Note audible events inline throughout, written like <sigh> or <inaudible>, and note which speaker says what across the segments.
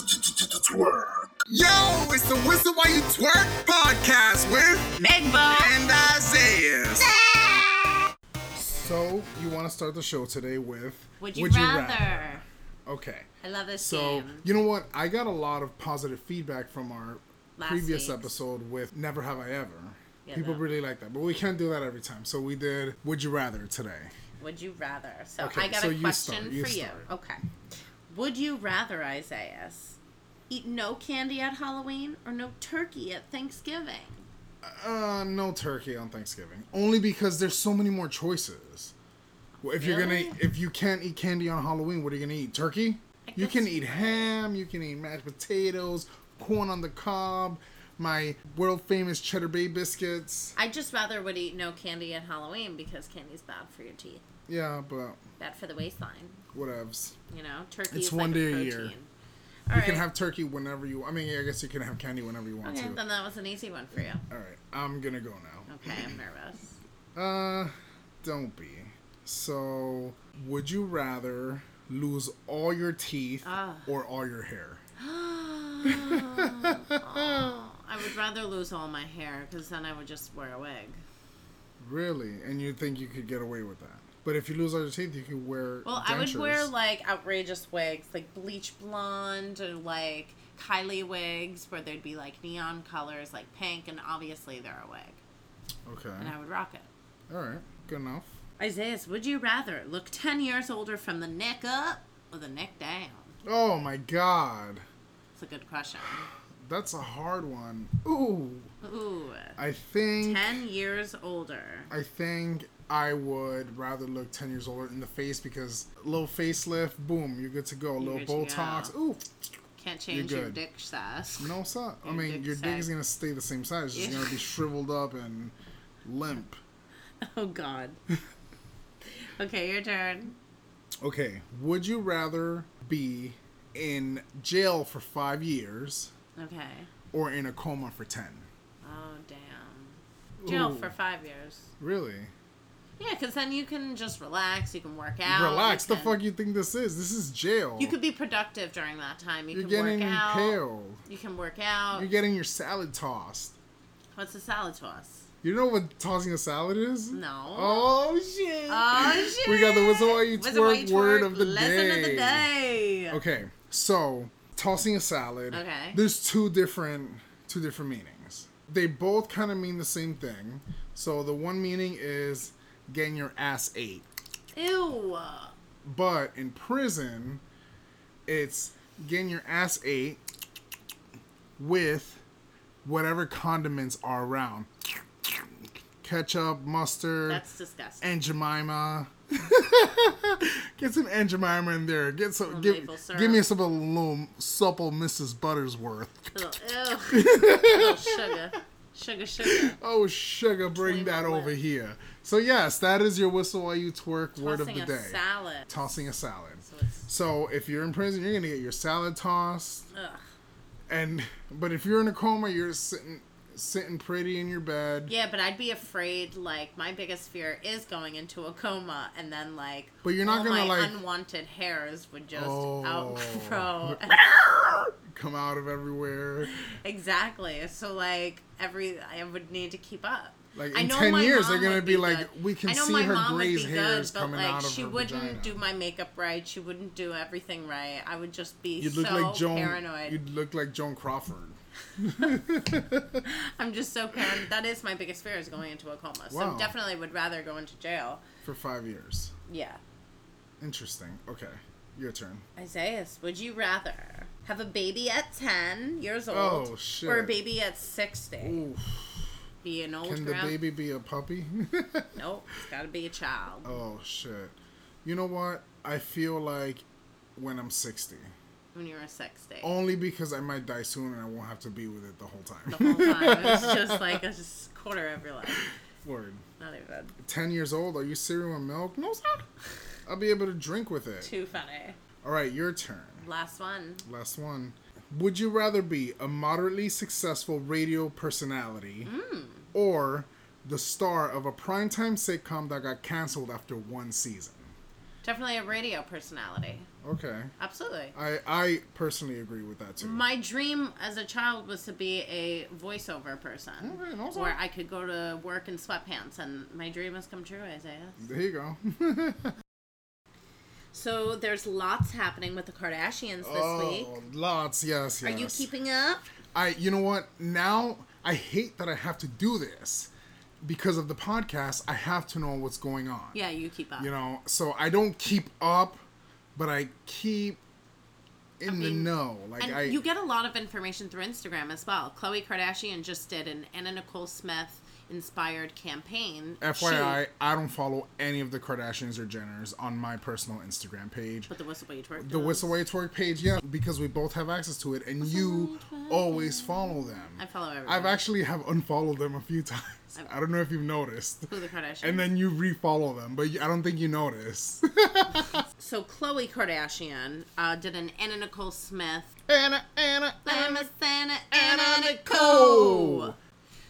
Speaker 1: Twerk. Yo, it's the Whistle While You Twerk podcast with
Speaker 2: Megbo.
Speaker 1: and Isaiah.
Speaker 3: So you want to start the show today with
Speaker 2: Would you rather?
Speaker 3: Okay.
Speaker 2: I love this
Speaker 3: So
Speaker 2: game.
Speaker 3: you know what? I got a lot of positive feedback from our
Speaker 2: Last
Speaker 3: previous
Speaker 2: week's.
Speaker 3: episode with "Never Have I Ever."
Speaker 2: Yeah,
Speaker 3: People
Speaker 2: no.
Speaker 3: really like that, but we can't do that every time. So we did "Would You Rather" today.
Speaker 2: Would you rather? So
Speaker 3: Okay,
Speaker 2: I got
Speaker 3: so
Speaker 2: a
Speaker 3: you
Speaker 2: question
Speaker 3: start, you
Speaker 2: for you.
Speaker 3: start.
Speaker 2: Okay. Would you rather, Isaiah, eat no candy at Halloween or no turkey at Thanksgiving?
Speaker 3: Uh, no turkey on Thanksgiving, only because there's so many more choices. Well, If you're gonna,
Speaker 2: Really?
Speaker 3: if you can't eat candy on Halloween, what are you gonna eat? Turkey?
Speaker 2: I
Speaker 3: You can
Speaker 2: guess-
Speaker 3: eat ham. You can eat mashed potatoes, corn on the cob, my world famous cheddar bay biscuits.
Speaker 2: I just rather would eat no candy at Halloween because candy's bad for your teeth,
Speaker 3: Yeah, but
Speaker 2: bad for the waistline.
Speaker 3: whatevs.
Speaker 2: You know, turkey
Speaker 3: It's
Speaker 2: is
Speaker 3: one
Speaker 2: like
Speaker 3: day
Speaker 2: a
Speaker 3: a
Speaker 2: protein.
Speaker 3: year.
Speaker 2: All
Speaker 3: You
Speaker 2: right.
Speaker 3: can have turkey whenever you. I mean, I guess you can have candy whenever you want
Speaker 2: okay,
Speaker 3: to.
Speaker 2: then that was an easy one for you.
Speaker 3: All right, I'm gonna go now.
Speaker 2: Okay, I'm nervous.
Speaker 3: Uh, don't be. So, would you rather lose all your teeth
Speaker 2: Ah.
Speaker 3: or all your hair?
Speaker 2: Oh, I would rather lose all my hair because then I would just wear a wig.
Speaker 3: Really? And you think you could get away with that? But if you lose all your teeth, you can wear.
Speaker 2: Well, I would wear
Speaker 3: dentures.
Speaker 2: like outrageous wigs, like bleach blonde or like Kylie wigs, where there'd be like neon colors, like pink, and obviously they're a wig, and
Speaker 3: Okay.
Speaker 2: I would rock it.
Speaker 3: All right. Good enough.
Speaker 2: Isaiah, would you rather look ten years older from the neck up or the neck down?
Speaker 3: Oh my God,
Speaker 2: It's a good question.
Speaker 3: that's a hard one. Ooh,
Speaker 2: Ooh,
Speaker 3: I think.
Speaker 2: ten years older.
Speaker 3: I think I would rather look 10 years older in the face because little facelift, boom, you're good to go. little
Speaker 2: good to go.
Speaker 3: Botox, ooh,
Speaker 2: Can't change your
Speaker 3: good.
Speaker 2: dick size.
Speaker 3: no size. I
Speaker 2: Your
Speaker 3: mean,
Speaker 2: dick
Speaker 3: your dick is
Speaker 2: size.
Speaker 3: going to stay the same size. It's just
Speaker 2: Yeah. <laughs>
Speaker 3: going to be shriveled up and limp.
Speaker 2: Oh God. <laughs> okay, your turn.
Speaker 3: Okay, would you rather be in jail for five years
Speaker 2: Okay.
Speaker 3: or in a coma for 10?
Speaker 2: Oh damn. Jail
Speaker 3: Ooh.
Speaker 2: for five years.
Speaker 3: Really?
Speaker 2: Yeah, because then you can just relax. You can work out.
Speaker 3: Relax.
Speaker 2: you
Speaker 3: The
Speaker 2: can-
Speaker 3: fuck you think this is? This is jail.
Speaker 2: You could be productive during that time. You
Speaker 3: You're
Speaker 2: can
Speaker 3: getting
Speaker 2: work out.
Speaker 3: impaled.
Speaker 2: You can work out.
Speaker 3: You're getting your salad tossed.
Speaker 2: What's a salad toss?
Speaker 3: You know what tossing a salad is?
Speaker 2: No.
Speaker 3: Oh shit.
Speaker 2: <laughs> Oh shit!
Speaker 3: We got the whistle while you
Speaker 2: Whistle while
Speaker 3: twerk word of the
Speaker 2: lesson of the day.
Speaker 3: Okay, so tossing a salad.
Speaker 2: Okay.
Speaker 3: There's two different two different meanings. They both kind of mean the same thing. So the one meaning is getting your ass ate,
Speaker 2: Ew.
Speaker 3: but in prison, it's getting your ass ate with whatever condiments are around. Ketchup, mustard,
Speaker 2: That's disgusting.
Speaker 3: Aunt Jemima. <laughs> get some Aunt Jemima in there. Get some.
Speaker 2: Little
Speaker 3: Give,
Speaker 2: maple syrup.
Speaker 3: give me some of the little supple Mrs. Buttersworth. <laughs>
Speaker 2: Little- ew. Little sugar. Sugar, sugar.
Speaker 3: Oh sugar, bring
Speaker 2: Flavor
Speaker 3: that
Speaker 2: of
Speaker 3: over
Speaker 2: life.
Speaker 3: here. So yes, that is your whistle while you twerk word of
Speaker 2: Tossing
Speaker 3: the
Speaker 2: a
Speaker 3: day.
Speaker 2: salad.
Speaker 3: Tossing a salad.
Speaker 2: So it's-
Speaker 3: So if you're in prison, you're gonna get your salad tossed.
Speaker 2: ugh.
Speaker 3: And but if you're in a coma, you're sitting sitting pretty in your bed.
Speaker 2: Yeah, but I'd be afraid. Like my biggest fear is going into a coma, and then like,
Speaker 3: But you're not
Speaker 2: all
Speaker 3: gonna,
Speaker 2: my
Speaker 3: like-
Speaker 2: unwanted hairs would just
Speaker 3: Oh.
Speaker 2: <laughs>
Speaker 3: <laughs>
Speaker 2: outgrow.
Speaker 3: Come out of everywhere.
Speaker 2: exactly. So like every I would need to keep up.
Speaker 3: Like,
Speaker 2: I
Speaker 3: in
Speaker 2: know
Speaker 3: 10
Speaker 2: my
Speaker 3: years, they're
Speaker 2: mom
Speaker 3: gonna
Speaker 2: would
Speaker 3: be like, "We can
Speaker 2: I know
Speaker 3: see
Speaker 2: my
Speaker 3: her
Speaker 2: mom would
Speaker 3: grazed
Speaker 2: be
Speaker 3: hairs
Speaker 2: good,
Speaker 3: coming
Speaker 2: but, like,
Speaker 3: out of
Speaker 2: She
Speaker 3: her
Speaker 2: wouldn't
Speaker 3: vagina."
Speaker 2: do my makeup right. She wouldn't do everything right. I would just be
Speaker 3: You'd look
Speaker 2: so
Speaker 3: like Joan.
Speaker 2: paranoid.
Speaker 3: You'd look like Joan Crawford.
Speaker 2: <laughs> I'm just so paranoid. That is my biggest fear is going into a coma.
Speaker 3: Wow.
Speaker 2: So definitely would rather go into jail.
Speaker 3: for five years.
Speaker 2: Yeah.
Speaker 3: Interesting. Okay, your turn.
Speaker 2: Isaiah, would you rather have a baby at 10 years old
Speaker 3: Oh, shit.
Speaker 2: or a baby at 60?
Speaker 3: Ooh,
Speaker 2: Be an old
Speaker 3: can the
Speaker 2: grand-
Speaker 3: baby be a puppy? <laughs>
Speaker 2: Nope, it's got to be a child.
Speaker 3: oh shit. You know what? I feel like when I'm 60,
Speaker 2: When you're 60.
Speaker 3: only because I might die soon and I won't have to be with it the whole time.
Speaker 2: The whole time. It's just like a s- quarter of your life.
Speaker 3: <laughs> Word.
Speaker 2: Not even.
Speaker 3: 10 years old. Are you cereal and milk? No, sir. I'll be able to drink with it.
Speaker 2: Too funny.
Speaker 3: All right, your turn.
Speaker 2: Last one.
Speaker 3: Last one. Would you rather be a moderately successful radio personality or the star of a primetime sitcom that got canceled after one season?
Speaker 2: Definitely a radio personality.
Speaker 3: Okay.
Speaker 2: Absolutely.
Speaker 3: I I personally agree with that too.
Speaker 2: My dream as a child was to be a voiceover person,
Speaker 3: Okay, also-
Speaker 2: where I could go to work in sweatpants, and my dream has come true, Isaiah.
Speaker 3: there you go.
Speaker 2: So there's lots happening with the Kardashians this week.
Speaker 3: oh, lots. Yes,
Speaker 2: Are
Speaker 3: yes.
Speaker 2: you keeping up?
Speaker 3: I you know what? Now I hate that I have to do this because of the podcast. I have to know what's going on.
Speaker 2: Yeah, you keep up.
Speaker 3: You know, so I don't keep up, but I keep in
Speaker 2: mean,
Speaker 3: the know. Like
Speaker 2: and
Speaker 3: I
Speaker 2: you get a lot of information through Instagram as well. Khloe Kardashian just did an Anna Nicole Smith inspired campaign.
Speaker 3: FYI,
Speaker 2: shoot.
Speaker 3: I don't follow any of the Kardashians or Jenners on my personal Instagram page.
Speaker 2: but the whistle you twerk.
Speaker 3: The
Speaker 2: does.
Speaker 3: Whistle Way Twerk page, yeah, because we both have access to it, and you always follow them.
Speaker 2: I follow everyone.
Speaker 3: I've actually have unfollowed them a few <laughs> times. I don't know if you've
Speaker 2: <laughs>
Speaker 3: noticed.
Speaker 2: Who the Kardashians?
Speaker 3: And then you refollow them, but you- I don't think you notice. <laughs>
Speaker 2: so Khloe Kardashian uh, did an Anna Nicole Smith.
Speaker 3: Anna, Anna,
Speaker 2: Anna, Anna, Anna
Speaker 3: Nicole.
Speaker 2: Nicole.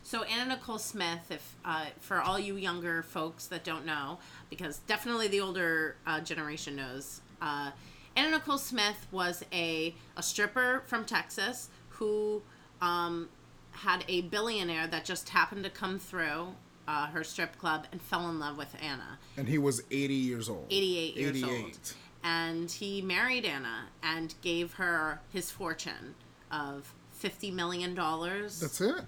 Speaker 2: So Anna Nicole Smith, if uh, for all you younger folks that don't know, because definitely the older uh, generation knows, uh, Anna Nicole Smith was a a stripper from Texas who um, had a billionaire that just happened to come through uh, her strip club and fell in love with Anna.
Speaker 3: And he was 80 years old.
Speaker 2: 88 years old. And he married Anna and gave her his fortune of $50 million.
Speaker 3: That's it.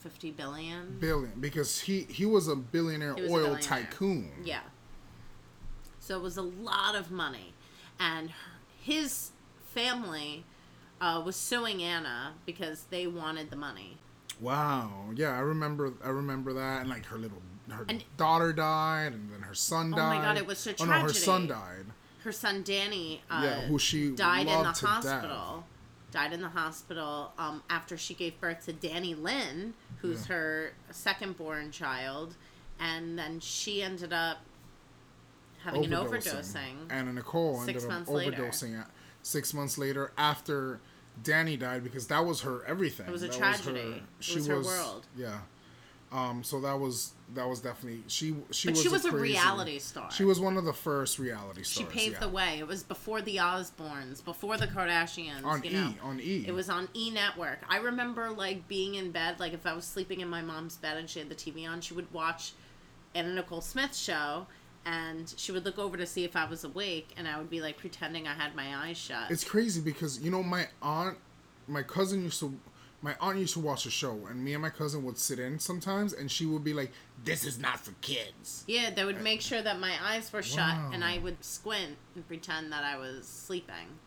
Speaker 2: 50 billion.
Speaker 3: Billion. Because he, he was a billionaire
Speaker 2: was a
Speaker 3: oil
Speaker 2: billionaire.
Speaker 3: tycoon.
Speaker 2: Yeah. So it was a lot of money. And her- his family uh, was suing Anna because they wanted the money.
Speaker 3: Wow. Yeah, I remember. I remember that, and like her little, her
Speaker 2: And-
Speaker 3: daughter died, and then her son died.
Speaker 2: my God, it was such
Speaker 3: Oh no, her son
Speaker 2: tragedy.
Speaker 3: died.
Speaker 2: Her son Danny uh,
Speaker 3: Yeah, who she
Speaker 2: died in the
Speaker 3: loved to death.
Speaker 2: hospital. Died in the hospital um, after she gave birth to Danny Lynn, who's
Speaker 3: Yeah.
Speaker 2: her second born child, and then she ended up having an overdosing.
Speaker 3: Anna Nicole ended
Speaker 2: six
Speaker 3: up
Speaker 2: months later.
Speaker 3: overdosing at, six months later after Danny died because that was her everything.
Speaker 2: It was a
Speaker 3: That
Speaker 2: tragedy. It was her world.
Speaker 3: Yeah. Um. So that was that was definitely she. She
Speaker 2: But
Speaker 3: was
Speaker 2: she was a
Speaker 3: crazy-
Speaker 2: reality star.
Speaker 3: She was one of the first reality
Speaker 2: she
Speaker 3: stars.
Speaker 2: paved
Speaker 3: yeah.
Speaker 2: the way. It was before the Osbournes, before the Kardashians.
Speaker 3: on
Speaker 2: you
Speaker 3: E
Speaker 2: know.
Speaker 3: on E.
Speaker 2: It was on E Network. I remember like being in bed, like if I was sleeping in my mom's bed and she had the TV on, she would watch Anna Nicole Smith's show, and she would look over to see if I was awake, and I would be like pretending I had my eyes shut.
Speaker 3: It's crazy because you know my aunt, my cousin used to, my aunt used to watch the show, and me and my cousin would sit in sometimes, and she would be like, "This is not for kids."
Speaker 2: yeah, they would make sure that my eyes were shut, and
Speaker 3: Wow.
Speaker 2: I would squint and pretend that I was sleeping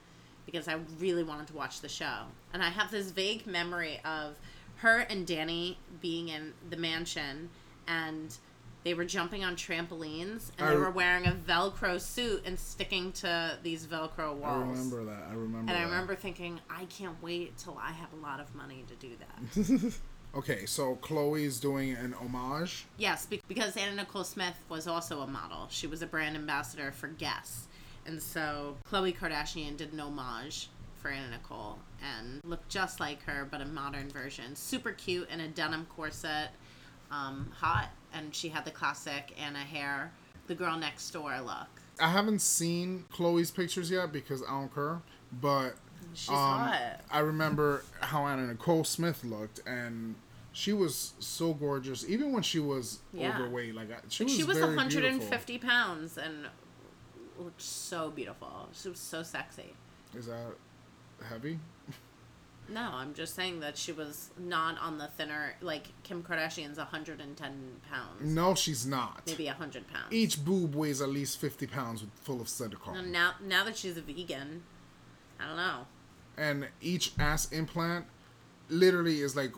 Speaker 2: because I really wanted to watch the show. And I have this vague memory of her and Danny being in the mansion and they were jumping on trampolines and
Speaker 3: I
Speaker 2: they
Speaker 3: re-
Speaker 2: were wearing a Velcro suit and sticking to these Velcro
Speaker 3: I
Speaker 2: walls.
Speaker 3: remember that. I remember.
Speaker 2: And I
Speaker 3: that.
Speaker 2: remember thinking, I can't wait till I have a lot of money to do that.
Speaker 3: Okay, so Chloe's doing an homage.
Speaker 2: yes, be- because Anna Nicole Smith was also a model. She was a brand ambassador for Guess. And so Khloe Kardashian did an homage for Anna Nicole and looked just like her, but a modern version. Super cute in a denim corset, um, hot. And she had the classic Anna hair, the girl next door look.
Speaker 3: I haven't seen Chloe's pictures yet because I don't care, but
Speaker 2: She's
Speaker 3: um,
Speaker 2: hot.
Speaker 3: I remember how Anna Nicole Smith looked, and she was so gorgeous, even when she was
Speaker 2: Yeah.
Speaker 3: overweight. Like I- she
Speaker 2: Like,
Speaker 3: was,
Speaker 2: she was
Speaker 3: very
Speaker 2: 150
Speaker 3: beautiful.
Speaker 2: pounds and looked so beautiful. She was so sexy.
Speaker 3: Is that heavy?
Speaker 2: No, I'm just saying that she was not on the thinner. Like Kim Kardashian's 110 pounds,
Speaker 3: No, E- she's not.
Speaker 2: maybe 100 pounds.
Speaker 3: Each boob weighs at least 50 pounds with full of
Speaker 2: And
Speaker 3: silicone.
Speaker 2: now, now that she's a vegan, I don't know.
Speaker 3: And each ass implant literally is like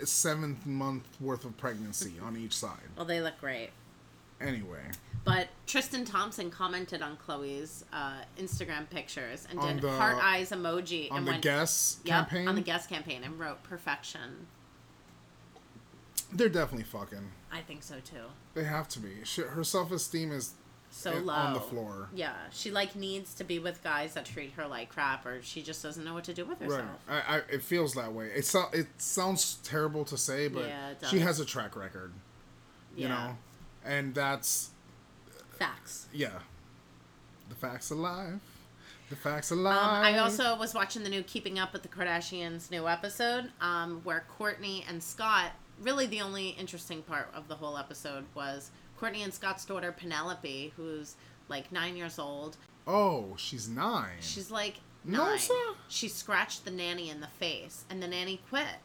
Speaker 3: a seventh month worth of pregnancy on each side.
Speaker 2: Well, they look great.
Speaker 3: Anyway,
Speaker 2: But Tristan Thompson commented on Chloe's uh, Instagram pictures and
Speaker 3: On
Speaker 2: did
Speaker 3: the-
Speaker 2: heart eyes emoji
Speaker 3: on
Speaker 2: and
Speaker 3: the
Speaker 2: went
Speaker 3: Guess
Speaker 2: Yep,
Speaker 3: campaign,
Speaker 2: on the guest campaign and wrote perfection.
Speaker 3: they're definitely fucking.
Speaker 2: I think so too.
Speaker 3: They have to be. She, her self esteem is
Speaker 2: so
Speaker 3: it-
Speaker 2: low
Speaker 3: on the floor.
Speaker 2: Yeah, she like needs to be with guys that treat her like crap, or she just doesn't know what to do with herself.
Speaker 3: right. I, I, it feels that way. It so, it sounds terrible to say, but
Speaker 2: Yeah, it
Speaker 3: she
Speaker 2: does.
Speaker 3: has a track record, you
Speaker 2: yeah.
Speaker 3: know, and that's
Speaker 2: facts.
Speaker 3: yeah, the facts of life. The facts are
Speaker 2: Um,
Speaker 3: lies.
Speaker 2: I also was watching the new Keeping Up with the Kardashians new episode, um, where Courtney and Scott. Really, the only interesting part of the whole episode was Courtney and Scott's daughter Penelope, who's like nine years old.
Speaker 3: Oh, she's nine.
Speaker 2: She's like
Speaker 3: No,
Speaker 2: nine.
Speaker 3: sir.
Speaker 2: she scratched the nanny in the face, and the nanny quit.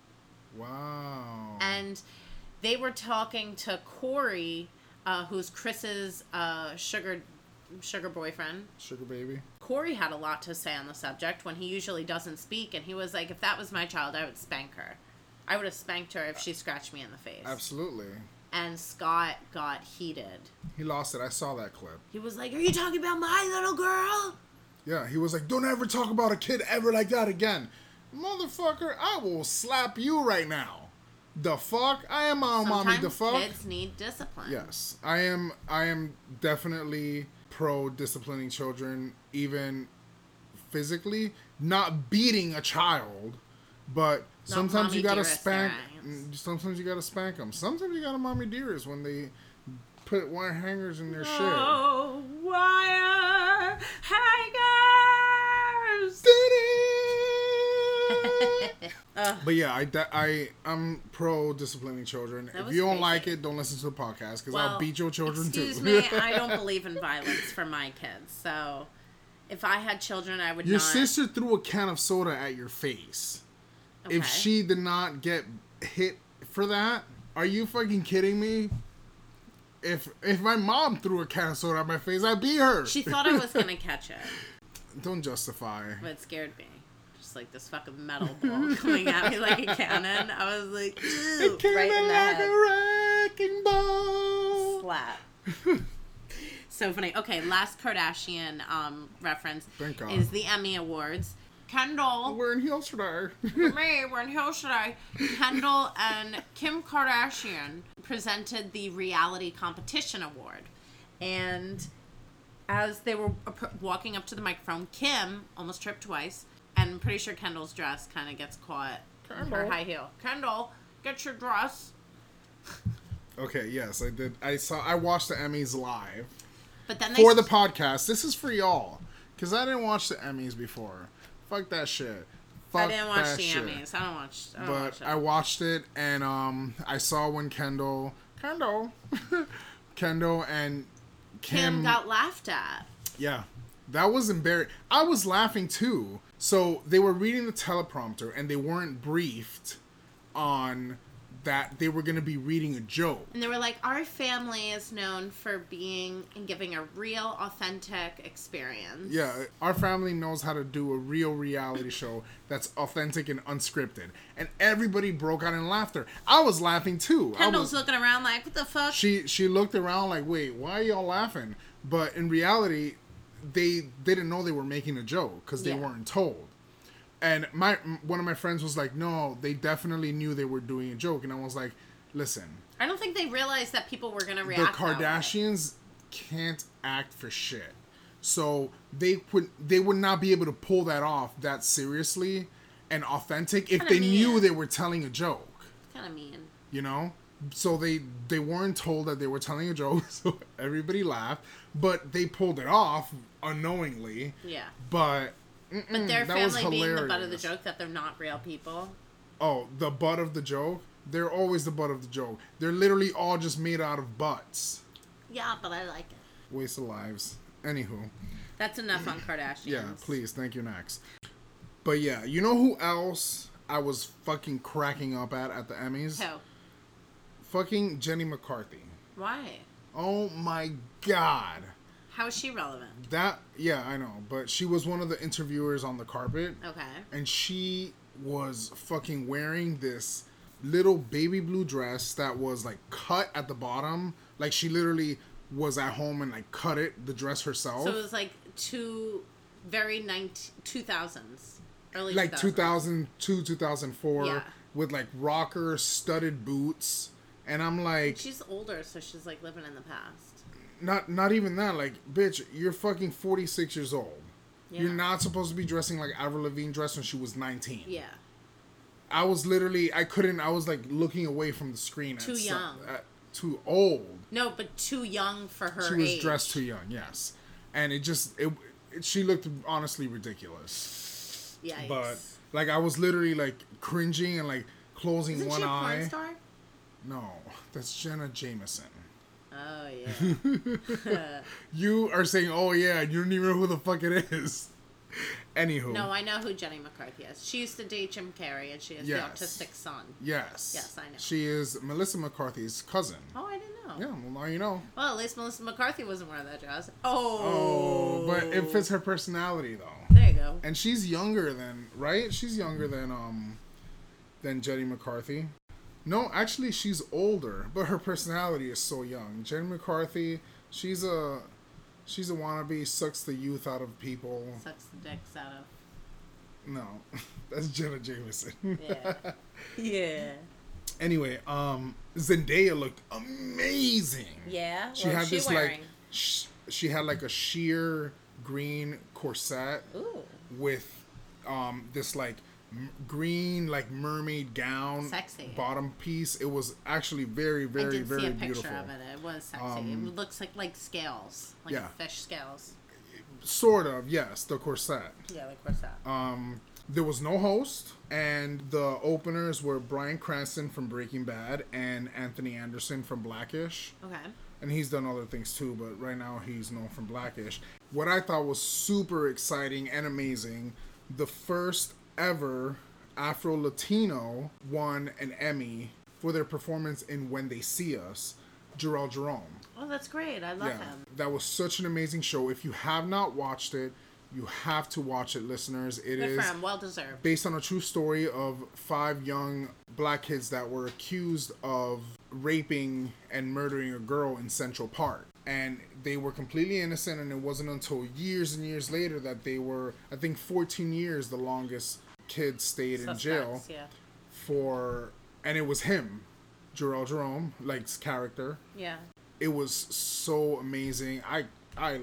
Speaker 3: wow.
Speaker 2: and they were talking to Corey, uh, who's Chris's uh, sugar sugar boyfriend.
Speaker 3: Sugar baby.
Speaker 2: Corey had a lot to say on the subject when he usually doesn't speak, and he was like, "If that was my child, I would spank her. I would have spanked her if she scratched me in the face."
Speaker 3: Absolutely.
Speaker 2: And Scott got heated.
Speaker 3: He lost it. I saw that clip.
Speaker 2: He was like, "Are you talking about my little girl?"
Speaker 3: Yeah, he was like, "Don't ever talk about a kid ever like that again, motherfucker! I will slap you right now." The fuck? I am on mommy. The
Speaker 2: Sometimes
Speaker 3: fuck?
Speaker 2: kids need discipline.
Speaker 3: Yes, I am. I am definitely pro disciplining children, even physically. Not beating a child, but sometimes you
Speaker 2: mommy
Speaker 3: gotta
Speaker 2: dearest
Speaker 3: spank.
Speaker 2: their ass.
Speaker 3: mm, Sometimes you gotta spank them. Sometimes you gotta mommy dearest when they put wire hangers in their shit.
Speaker 2: Oh, wire hangers. <laughs>
Speaker 3: But yeah, I, de- I I'm pro disciplining children. If
Speaker 2: was
Speaker 3: you don't
Speaker 2: crazy.
Speaker 3: like it, don't listen to the podcast because I'll beat your children <laughs>
Speaker 2: excuse
Speaker 3: too.
Speaker 2: me, I don't believe in violence for my kids. So, if I had children, I would
Speaker 3: your
Speaker 2: not.
Speaker 3: sister threw a can of soda at your face. If
Speaker 2: Okay.
Speaker 3: she did not get hit for that, are you fucking kidding me? If if my mom threw a can of soda at my face, I'd beat her.
Speaker 2: she thought I was gonna catch it,
Speaker 3: don't justify.
Speaker 2: but it scared me. Just like this fucking metal
Speaker 3: <laughs>
Speaker 2: ball coming at me like a cannon. I was like,
Speaker 3: It
Speaker 2: Ew,
Speaker 3: came
Speaker 2: right in
Speaker 3: in
Speaker 2: the
Speaker 3: like
Speaker 2: head.
Speaker 3: a wrecking ball. <laughs>
Speaker 2: slap. so funny. Okay, last Kardashian um, reference
Speaker 3: Thank God.
Speaker 2: is the Emmy Awards. Kendall,
Speaker 3: Wearing heels for her.
Speaker 2: me, we're in Hill today. Kendall and Kim Kardashian presented the Reality Competition Award. And as they were appro- walking up to the microphone, Kim almost tripped twice. And I'm pretty sure Kendall's dress kind of gets caught in her
Speaker 3: Kendall.
Speaker 2: high heel. Kendall, get your dress.
Speaker 3: <laughs> Okay, yes, I did. I saw. I watched the Emmys live
Speaker 2: But then they
Speaker 3: for the podcast. This is for y'all because I didn't watch the Emmys before. Fuck that shit. Fuck
Speaker 2: I didn't watch
Speaker 3: that
Speaker 2: the
Speaker 3: shit.
Speaker 2: Emmys. I don't watch. I don't watch
Speaker 3: but
Speaker 2: that.
Speaker 3: I watched it and um, I saw when Kendall, Kendall, <laughs> Kendall and Kim,
Speaker 2: Kim got laughed at.
Speaker 3: yeah, that was embarrassing. I was laughing too. So they were reading the teleprompter and they weren't briefed on that they were going to be reading a joke.
Speaker 2: And they were like, our family is known for being and giving a real, authentic experience.
Speaker 3: Yeah, our family knows how to do a real
Speaker 2: <laughs>
Speaker 3: reality show that's authentic and unscripted. And everybody broke out in laughter. I was laughing too. I
Speaker 2: Kendall's
Speaker 3: was,
Speaker 2: looking around like, what the fuck?
Speaker 3: she she looked around like, "Wait, why are y'all laughing?" But in reality, they they didn't know they were making a joke cuz they
Speaker 2: Yeah.
Speaker 3: weren't told. And my m- one of my friends was like, "No, they definitely knew they were doing a joke." And I was like, "Listen,
Speaker 2: I don't think they realized that people were gonna
Speaker 3: the
Speaker 2: react. that way.
Speaker 3: Kardashians can't act for shit. So they would they would not be able to pull that off that seriously and authentic if
Speaker 2: Kinda
Speaker 3: they knew
Speaker 2: mean.
Speaker 3: they were telling a joke.
Speaker 2: It's kind of mean.
Speaker 3: You know? So they they weren't told that they were telling a joke, <laughs> so everybody laughed. But they pulled it off unknowingly.
Speaker 2: Yeah.
Speaker 3: But
Speaker 2: But their
Speaker 3: Mm, that was
Speaker 2: family being the butt of the
Speaker 3: hilarious.
Speaker 2: joke that they're not real people.
Speaker 3: oh, the butt of the joke. They're always the butt of the joke. They're literally all just made out of butts.
Speaker 2: Yeah, but I like it.
Speaker 3: Waste of lives. Anywho.
Speaker 2: That's enough on Kardashians.
Speaker 3: Yeah, please. Thank you, Nax. But yeah, you know who else I was fucking cracking up at at the Emmys?
Speaker 2: So,
Speaker 3: Fucking Jenny McCarthy.
Speaker 2: why?
Speaker 3: Oh my god.
Speaker 2: How is she relevant?
Speaker 3: That, yeah, I know. But she was one of the interviewers on the carpet.
Speaker 2: Okay.
Speaker 3: And she was fucking wearing this little baby blue dress that was like cut at the bottom. Like she literally was at home and like cut it, the dress herself.
Speaker 2: So it was like two very 19, 2000s. Early
Speaker 3: like
Speaker 2: 2000s.
Speaker 3: 2002 2004
Speaker 2: Yeah.
Speaker 3: with like rocker studded boots and i'm like
Speaker 2: She's older, so she's like living in the past.
Speaker 3: not not even that like bitch you're fucking 46 years old you're
Speaker 2: Yeah.
Speaker 3: not supposed to be dressing like avril lavigne dressed when she was 19
Speaker 2: Yeah.
Speaker 3: i was literally i couldn't i was like looking away from the screen at
Speaker 2: Too
Speaker 3: some-
Speaker 2: young.
Speaker 3: at- too old
Speaker 2: No, but too young for her
Speaker 3: she was
Speaker 2: age.
Speaker 3: dressed too young yes and it just it she looked honestly ridiculous.
Speaker 2: Yikes.
Speaker 3: But like I was literally like cringing and like closing
Speaker 2: Isn't
Speaker 3: one
Speaker 2: she a porn
Speaker 3: eye.
Speaker 2: star?
Speaker 3: No, that's Jenna Jameson.
Speaker 2: Oh yeah.
Speaker 3: You are saying, "Oh yeah," you don't even know who the fuck it is. <laughs> Anywho,
Speaker 2: no, I know who Jenny McCarthy is. She used to date Jim Carrey, and she has
Speaker 3: Yes.
Speaker 2: the autistic son.
Speaker 3: yes,
Speaker 2: Yes, I know.
Speaker 3: She is Melissa McCarthy's cousin.
Speaker 2: Oh, I didn't know.
Speaker 3: Yeah, well now you know.
Speaker 2: Well, at least Melissa McCarthy wasn't one of that jobs. Oh.
Speaker 3: Oh, but it fits her personality though.
Speaker 2: There you go.
Speaker 3: And she's younger than right? She's younger than um than Jenny McCarthy. No, actually she's older, but her personality is so young. Jenny McCarthy, she's a she's a wannabe, sucks the youth out of people.
Speaker 2: Sucks the dicks out
Speaker 3: <laughs>
Speaker 2: of.
Speaker 3: No. <laughs> That's Jenna Jameson.
Speaker 2: Yeah. yeah.
Speaker 3: <laughs> anyway, um Zendaya looked amazing.
Speaker 2: Yeah.
Speaker 3: She
Speaker 2: what
Speaker 3: had
Speaker 2: was
Speaker 3: this
Speaker 2: wearing?
Speaker 3: like sh- she had like a sheer green corset.
Speaker 2: Ooh.
Speaker 3: with um this like m- green like mermaid gown
Speaker 2: Sexy.
Speaker 3: bottom piece it was actually very
Speaker 2: I
Speaker 3: very
Speaker 2: did see a
Speaker 3: very
Speaker 2: picture
Speaker 3: beautiful um,
Speaker 2: of it. It was sexy. it looks like like scales, like
Speaker 3: Yeah.
Speaker 2: fish scales.
Speaker 3: sort of yes the corset
Speaker 2: Yeah, like what's that?
Speaker 3: um there was no host and the openers were brian cranston from breaking bad and anthony anderson from blackish
Speaker 2: okay.
Speaker 3: and he's done other things too, but right now he's known from Blackish. What I thought was super exciting and amazing, the first ever Afro Latino won an Emmy for their performance in When They See Us, Gerald Jerome.
Speaker 2: Oh, that's great. I love him.
Speaker 3: That was such an amazing show. If you have not watched it, you have to watch it, listeners. It
Speaker 2: Good
Speaker 3: is
Speaker 2: for him. Well deserved.
Speaker 3: based on a true story of five young black kids that were accused of raping and murdering a girl in Central Park. And they were completely innocent, and it wasn't until years and years later that they were, I think, 14 years the longest kid stayed in jail
Speaker 2: Suspects, Yeah.
Speaker 3: for, and it was him, Jerrell Jerome, like's character.
Speaker 2: Yeah.
Speaker 3: It was so amazing. I, I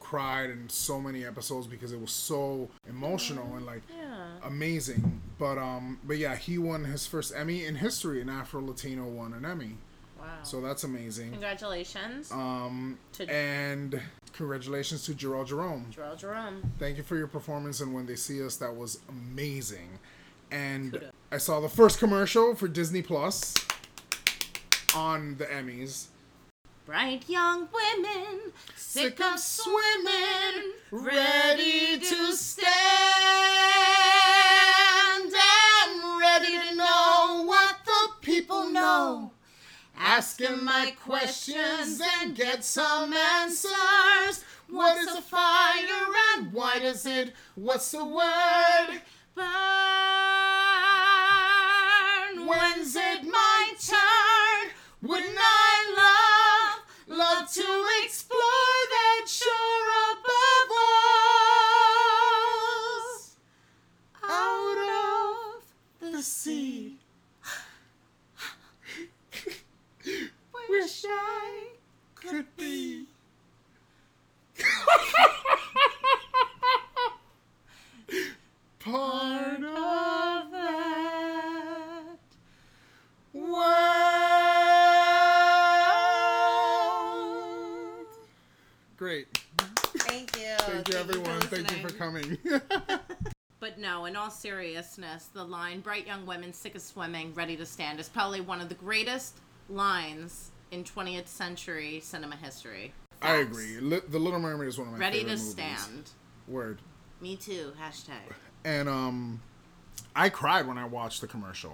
Speaker 3: cried in so many episodes because it was so emotional and like
Speaker 2: Yeah.
Speaker 3: amazing. But um, but yeah, he won his first Emmy in history. An Afro Latino won an Emmy,
Speaker 2: Wow.
Speaker 3: so that's amazing.
Speaker 2: Congratulations
Speaker 3: Um,
Speaker 2: to
Speaker 3: and congratulations to Gerald Jerome.
Speaker 2: Gerald Jerome.
Speaker 3: Thank you for your performance and when they see us, that was amazing. And
Speaker 2: Kudos.
Speaker 3: I saw the first commercial for Disney Plus on the Emmys.
Speaker 2: Bright young women, sick of swimming, ready to stand and ready to know what the people know. Asking my questions and get some answers.
Speaker 3: What is a fire and why does it? What's the word?
Speaker 2: burn? When's it my turn? Wouldn't I love, love to explore that shore above us? Out of the sea. Wish I
Speaker 3: Could be. Part
Speaker 2: of that.
Speaker 3: world. Great.
Speaker 2: Thank you.
Speaker 3: Thank you, everyone. Thank you for
Speaker 2: listening.
Speaker 3: coming.
Speaker 2: But no, in all seriousness, the line "bright young women, sick of swimming, ready to stand" is probably one of the greatest lines in 20th century cinema history.
Speaker 3: <laughs> I agree. Li- the Little Mermaid is one of my
Speaker 2: Ready
Speaker 3: favorite
Speaker 2: to
Speaker 3: movies.
Speaker 2: stand.
Speaker 3: Word.
Speaker 2: Me too.
Speaker 3: <laughs>
Speaker 2: Hashtag.
Speaker 3: And um, I cried when I watched the commercial.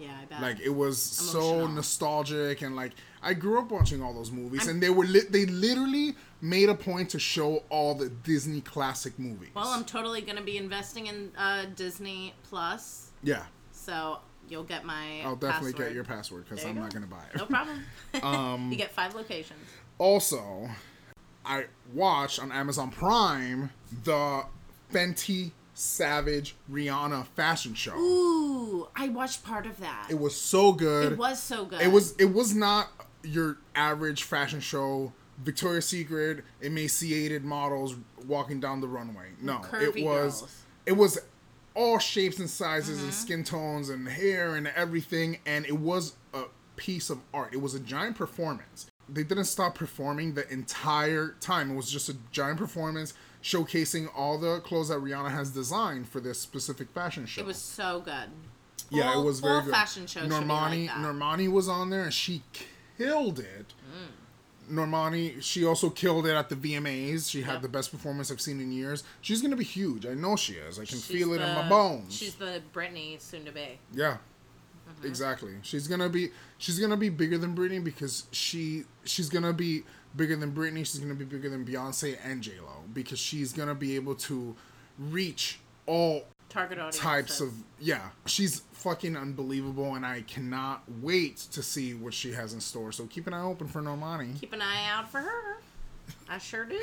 Speaker 2: Yeah, I bet.
Speaker 3: Like it was so
Speaker 2: Emotional.
Speaker 3: nostalgic, and like I grew up watching all those movies, and they were li- they literally made a point to show all the Disney classic movies.
Speaker 2: well, um, I'm totally gonna be investing in uh, Disney Plus,
Speaker 3: yeah,
Speaker 2: so you'll get my.
Speaker 3: I'll definitely get
Speaker 2: password.
Speaker 3: your password because
Speaker 2: There you
Speaker 3: I'm
Speaker 2: go.
Speaker 3: not gonna buy it. <laughs>
Speaker 2: No problem. <laughs> Um, you get five locations.
Speaker 3: Also, I watched on Amazon Prime the Fenty Savage Rihanna fashion show.
Speaker 2: Ooh, I watched part of that.
Speaker 3: It was so good.
Speaker 2: It was so good.
Speaker 3: It was it was not your average fashion show. Victoria's Secret emaciated models walking down the runway. No,
Speaker 2: Curvy
Speaker 3: it was
Speaker 2: girls. Mm-hmm.
Speaker 3: it was all shapes and sizes and skin tones and hair and everything and it was a piece of art. It was a giant performance. They didn't stop performing the entire time. It was just a giant performance. showcasing all the clothes that Rihanna has designed for this specific fashion show.
Speaker 2: It was so good.
Speaker 3: yeah,
Speaker 2: All-
Speaker 3: it was very
Speaker 2: all
Speaker 3: good.
Speaker 2: fashion shows should be like
Speaker 3: Normani
Speaker 2: that.
Speaker 3: Normani was on there and she killed it.
Speaker 2: Mm.
Speaker 3: Normani, she also killed it at the VMAs. She had
Speaker 2: Yep.
Speaker 3: the best performance I've seen in years. She's gonna be huge. I know she is. I can
Speaker 2: She's
Speaker 3: feel it in my
Speaker 2: the-
Speaker 3: bones.
Speaker 2: She's Mm-hmm. the Britney soon to be.
Speaker 3: Yeah. Exactly. She's gonna be she's gonna be bigger than Britney because she she's gonna be bigger than Britney. She's gonna be bigger than Beyonce and J Lo because she's gonna be able to reach all
Speaker 2: Target audience.
Speaker 3: types of yeah. She's fucking unbelievable, and I cannot wait to see what she has in store. So keep an eye open for Normani.
Speaker 2: Keep an eye out for her. I sure do.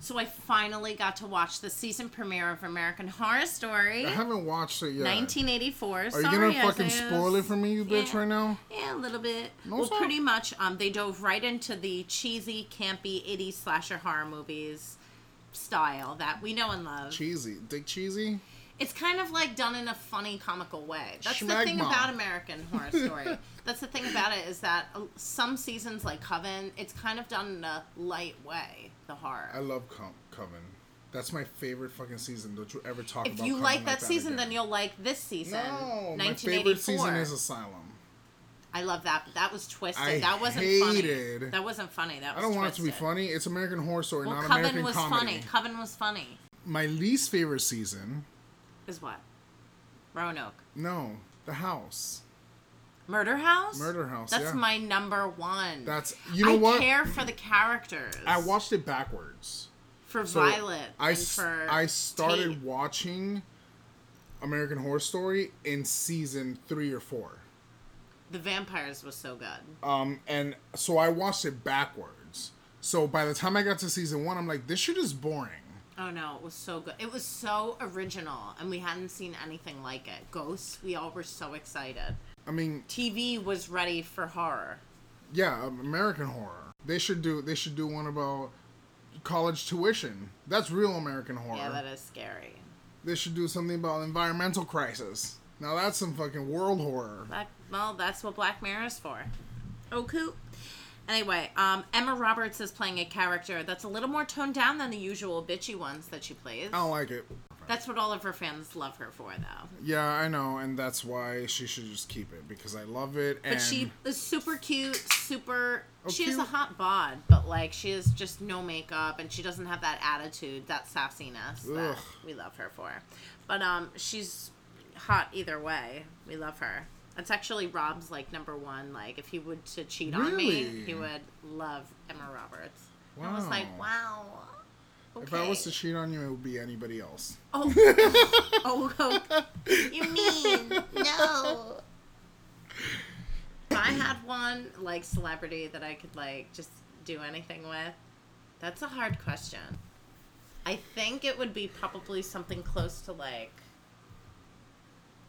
Speaker 2: So I finally got to watch the season premiere of American Horror Story,
Speaker 3: I haven't watched it yet.
Speaker 2: 1984.
Speaker 3: Uh-huh. Are you gonna fucking spoil it for me, you bitch,
Speaker 2: Yeah.
Speaker 3: right now?
Speaker 2: Yeah, a little bit.
Speaker 3: No,
Speaker 2: well,
Speaker 3: it's not.
Speaker 2: pretty much. Um, they dove right into the cheesy, campy '80s slasher horror movies style that we know and love.
Speaker 3: Cheesy, Dick Cheesy.
Speaker 2: It's kind of like done in a funny, comical way. That's the thing
Speaker 3: Schmagma.
Speaker 2: about American
Speaker 3: <laughs>
Speaker 2: Horror Story. That's the thing about it is that uh, some seasons, like Coven, it's kind of done in a light way. The horror.
Speaker 3: I love Co- Coven. That's my favorite fucking season. Don't you ever talk
Speaker 2: if
Speaker 3: about
Speaker 2: you
Speaker 3: Coven
Speaker 2: like that, season,
Speaker 3: again.
Speaker 2: then you'll like this season.
Speaker 3: No, my
Speaker 2: 1984.
Speaker 3: favorite season is Asylum.
Speaker 2: I love that. But that was twisted.
Speaker 3: I
Speaker 2: that wasn't funny.
Speaker 3: hated-
Speaker 2: That wasn't funny. That
Speaker 3: I
Speaker 2: was
Speaker 3: don't want it to be
Speaker 2: twisted.
Speaker 3: funny. It's American Horror Story,
Speaker 2: Well,
Speaker 3: not
Speaker 2: Coven
Speaker 3: American
Speaker 2: was
Speaker 3: comedy.
Speaker 2: funny. Coven was funny.
Speaker 3: My least favorite season,
Speaker 2: Is what? Roanoke.
Speaker 3: no, The House.
Speaker 2: Murder House.
Speaker 3: Murder House,
Speaker 2: That's
Speaker 3: yeah.
Speaker 2: my number one.
Speaker 3: That's you know
Speaker 2: I
Speaker 3: what?
Speaker 2: care for the characters.
Speaker 3: I watched it backwards.
Speaker 2: for
Speaker 3: So
Speaker 2: Violet.
Speaker 3: I
Speaker 2: and
Speaker 3: s-
Speaker 2: for
Speaker 3: I started
Speaker 2: Tate.
Speaker 3: watching American Horror Story in season three or four.
Speaker 2: the vampires was so good.
Speaker 3: Um, and so I watched it backwards. So by the time I got to season one, I'm like, this shit is boring.
Speaker 2: Oh no, it was so good. It was so original, and we hadn't seen anything like it. Ghosts. We all were so excited.
Speaker 3: I mean,
Speaker 2: TV was ready for horror.
Speaker 3: Yeah, um, American horror. They should do. They should do one about college tuition. That's real American horror.
Speaker 2: Yeah, that is scary.
Speaker 3: They should do something about environmental crisis. Now that's some fucking world horror.
Speaker 2: Black, well, that's what Black Mirror is for. Oh, cool. Anyway, um, Emma Roberts is playing a character that's a little more toned down than the usual bitchy ones that she plays.
Speaker 3: I don't like it.
Speaker 2: That's what all of her fans love her for, though.
Speaker 3: Yeah, I know, and that's why she should just keep it because I love it. And
Speaker 2: But she is super cute, super.
Speaker 3: Oh,
Speaker 2: she is a
Speaker 3: cute.
Speaker 2: hot bod, but like she is just no makeup, and she doesn't have that attitude, that sassiness that
Speaker 3: Ugh.
Speaker 2: we love her for. But um, she's hot either way. We love her. It's actually Rob's like number one. Like if he would to cheat on me,
Speaker 3: Really?
Speaker 2: he would love Emma Roberts. And I was
Speaker 3: Wow.
Speaker 2: like, wow. Okay.
Speaker 3: If I was to cheat on you, it would be anybody else. <laughs>
Speaker 2: oh, oh, oh, you mean no? If I had one like celebrity that I could like just do anything with, that's a hard question. I think it would be probably something close to like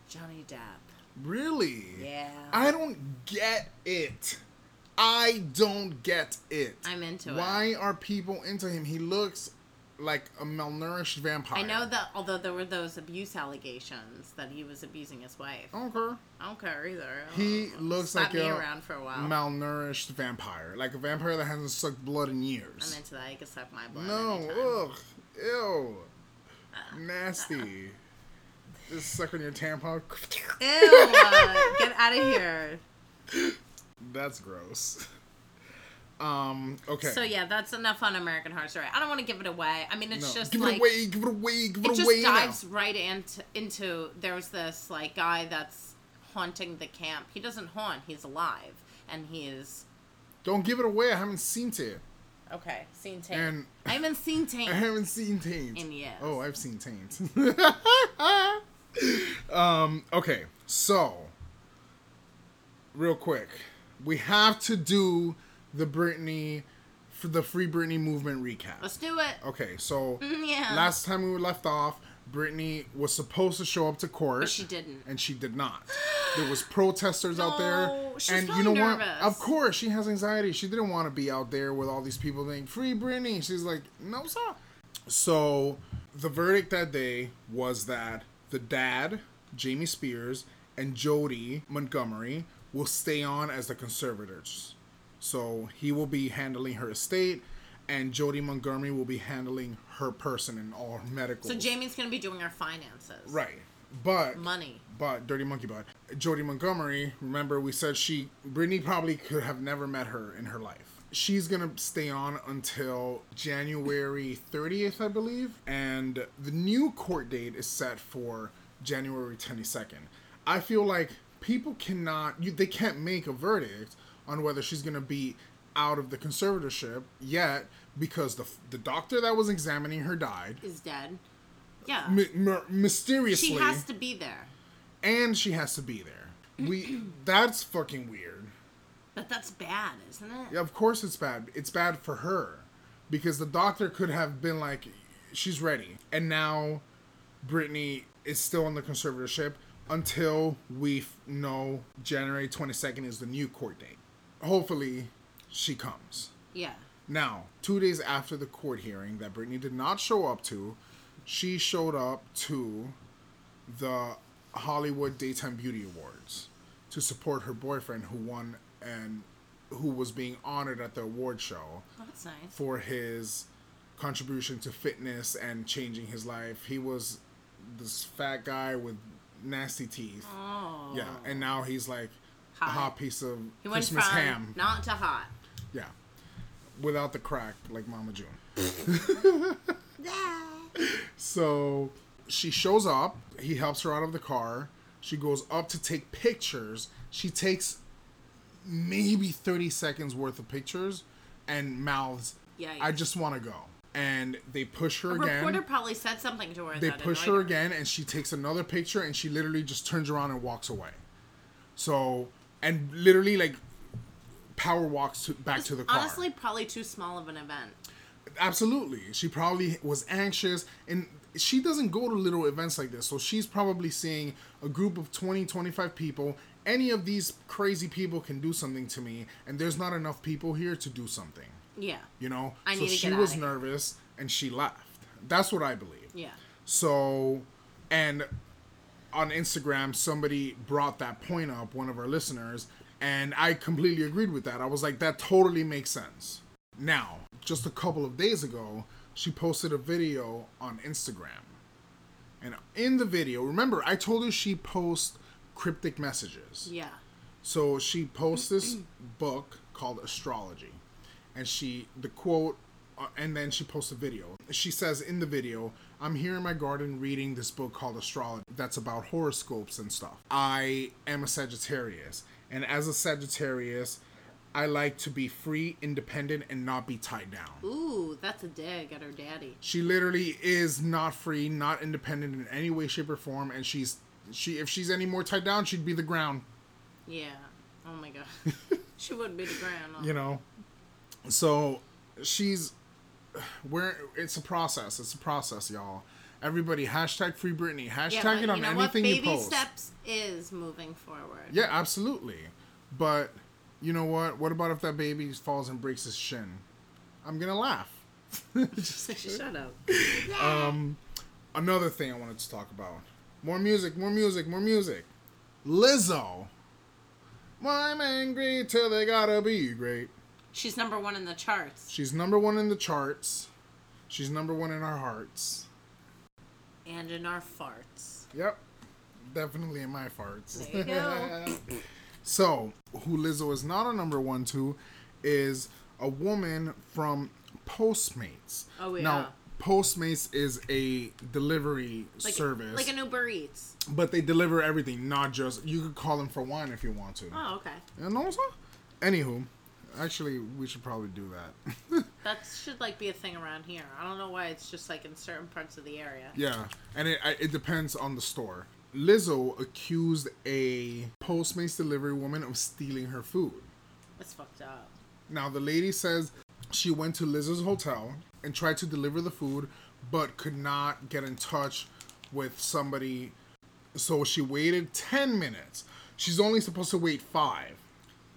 Speaker 2: Johnny Depp.
Speaker 3: Really?
Speaker 2: Yeah.
Speaker 3: I don't get it. I don't get it.
Speaker 2: I'm into it.
Speaker 3: Why are people into him? He looks like a malnourished vampire.
Speaker 2: I know that although there were those abuse allegations that he was abusing his wife.
Speaker 3: Okay.
Speaker 2: I don't care either.
Speaker 3: Oh. He
Speaker 2: Uh,
Speaker 3: looks
Speaker 2: slap
Speaker 3: like
Speaker 2: me
Speaker 3: a
Speaker 2: around for a while.
Speaker 3: malnourished vampire, like a vampire that hasn't sucked blood in
Speaker 2: I'm
Speaker 3: years.
Speaker 2: into that. You can suck my blood. anytime.
Speaker 3: no, ugh, ew, nasty. Just suck on your tampon.
Speaker 2: Ew, uh, get out of here.
Speaker 3: <laughs> That's gross. Um. Okay.
Speaker 2: So yeah, that's enough on American Horror Story. I don't want to give it away. I mean, it's
Speaker 3: No.
Speaker 2: just
Speaker 3: give
Speaker 2: like
Speaker 3: it away. Give it away. Give it,
Speaker 2: it
Speaker 3: away
Speaker 2: just
Speaker 3: now.
Speaker 2: dives right into, into there's this like guy that's haunting the camp. He doesn't haunt. He's alive, and he is
Speaker 3: Don't give it away. I haven't seen it.
Speaker 2: okay. Seen Taint.
Speaker 3: And-
Speaker 2: I haven't seen
Speaker 3: I
Speaker 2: Taint.
Speaker 3: haven't seen Taint.
Speaker 2: In years.
Speaker 3: Oh, I've seen Taint. <laughs> um, okay, so real quick, we have to do the Britney for the Free Britney movement recap.
Speaker 2: Let's do it.
Speaker 3: Okay, so
Speaker 2: Mm, <laughs> Yeah.
Speaker 3: last time we were left off, Britney was supposed to show up to court,
Speaker 2: But she didn't.
Speaker 3: and she did not. There was protesters out
Speaker 2: No,
Speaker 3: there,
Speaker 2: she was
Speaker 3: and you know
Speaker 2: probably
Speaker 3: what?
Speaker 2: nervous.
Speaker 3: Of course, she has anxiety. She didn't want to be out there with all these people saying "Free Britney." She's like, "No, sir." So the verdict that day was that the dad, Jamie Spears, and Jody Montgomery will stay on as the conservators. So he will be handling her estate, and Jodie Montgomery will be handling her person and all her medical.
Speaker 2: So Jamie's gonna be doing our finances.
Speaker 3: right, but
Speaker 2: Money.
Speaker 3: but Dirty Monkey Bud, Jodie Montgomery. Remember, we said she Brittany probably could have never met her in her life. She's gonna stay on until January 30th, I believe, and the new court date is set for January 22nd. I feel like people cannot, you, they can't make a verdict on whether she's gonna be out of the conservatorship yet because the the doctor that was examining her died
Speaker 2: Is dead. Yeah.
Speaker 3: my, my- mysteriously
Speaker 2: she has to be there.
Speaker 3: and she has to be there. We <clears throat> that's fucking weird.
Speaker 2: But that's bad, isn't it?
Speaker 3: Yeah, Of course it's bad. It's bad for her because the doctor could have been like, she's ready, and now Brittany is still on the conservatorship until we f- know January twenty second is the new court date. Hopefully, she comes.
Speaker 2: Yeah.
Speaker 3: Now, two days after the court hearing that Brittany did not show up to, she showed up to the Hollywood Daytime Beauty Awards to support her boyfriend who won and who was being honored at the award show
Speaker 2: Well, that's nice.
Speaker 3: for his contribution to fitness and changing his life. He was this fat guy with nasty teeth.
Speaker 2: Oh.
Speaker 3: Yeah, and now he's like a
Speaker 2: Hot.
Speaker 3: hot piece of
Speaker 2: He went
Speaker 3: Christmas
Speaker 2: from
Speaker 3: ham.
Speaker 2: not to hot.
Speaker 3: Yeah. Without the crack, like Mama June. so she shows up. He helps her out of the car. She goes up to take pictures. She takes maybe 30 seconds worth of pictures and mouths,
Speaker 2: Yikes.
Speaker 3: I just want to go. And they push her
Speaker 2: A
Speaker 3: again.
Speaker 2: reporter probably said something to her.
Speaker 3: They
Speaker 2: that
Speaker 3: push
Speaker 2: annoyed
Speaker 3: her again, and she takes another picture, and she literally just turns around and walks away. So, and literally like power walks to, back to the car.
Speaker 2: Honestly, probably too small of an event.
Speaker 3: absolutely, she probably was anxious, and she doesn't go to little events like this. So she's probably seeing a group of 20, 25 people. Any of these crazy people can do something to me, and there's not enough people here to do something.
Speaker 2: Yeah.
Speaker 3: You know,
Speaker 2: I
Speaker 3: so
Speaker 2: need to
Speaker 3: she
Speaker 2: get outta
Speaker 3: was
Speaker 2: here.
Speaker 3: nervous and she left. That's what I believe.
Speaker 2: Yeah.
Speaker 3: So, and on Instagram, somebody brought that point up, one of our listeners, and I completely agreed with that. I was like, that totally makes sense. Now, just a couple of days ago, she posted a video on Instagram. And in the video, remember, I told you she posts cryptic messages.
Speaker 2: Yeah.
Speaker 3: So she posts this book called Astrology, and she the quote, uh, and then she posts a video. She says in the video, "I'm here in my garden reading this book called Astrology that's about horoscopes and stuff. I am a Sagittarius, and as a Sagittarius, I like to be free, independent, and not be tied down."
Speaker 2: Ooh, that's a dig at her daddy.
Speaker 3: She literally is not free, not independent in any way, shape, or form, and she's she if she's any more tied down, she'd be the ground.
Speaker 2: Yeah. Oh my god.
Speaker 3: <laughs>
Speaker 2: she wouldn't be the grandma.
Speaker 3: you know so she's where it's a process it's a process y'all everybody hashtag free britney hashtag
Speaker 2: but
Speaker 3: it on anything
Speaker 2: Baby
Speaker 3: you post
Speaker 2: steps is moving forward.
Speaker 3: yeah absolutely but you know what what about if that baby falls and breaks his shin i'm gonna laugh
Speaker 2: Shut up.
Speaker 3: another thing i wanted to talk about more music more music more music lizzo Why i'm angry till they gotta be great
Speaker 2: She's number one in the charts
Speaker 3: she's number one in the charts she's number one in our hearts
Speaker 2: and in our farts.
Speaker 3: Yep. Definitely in my farts.
Speaker 2: There you go.
Speaker 3: <laughs> So, who Lizzo is not a number one to is a woman from Postmates.
Speaker 2: Oh, yeah.
Speaker 3: Now, Postmates is a delivery
Speaker 2: Like,
Speaker 3: service,
Speaker 2: Like an Uber Eats.
Speaker 3: but they deliver everything, not just. You could call them for wine if you want to.
Speaker 2: Oh, okay.
Speaker 3: And also, anywho, actually, we should probably do that. <laughs>
Speaker 2: That should like be a thing around here. I don't know why it's just like in certain parts of the area.
Speaker 3: Yeah, and it I- it depends on the store. Lizzo accused a Postmates delivery woman of stealing her food.
Speaker 2: It's fucked up.
Speaker 3: Now the lady says she went to Liz's hotel and tried to deliver the food, but could not get in touch with somebody. So she waited ten minutes. She's only supposed to wait five.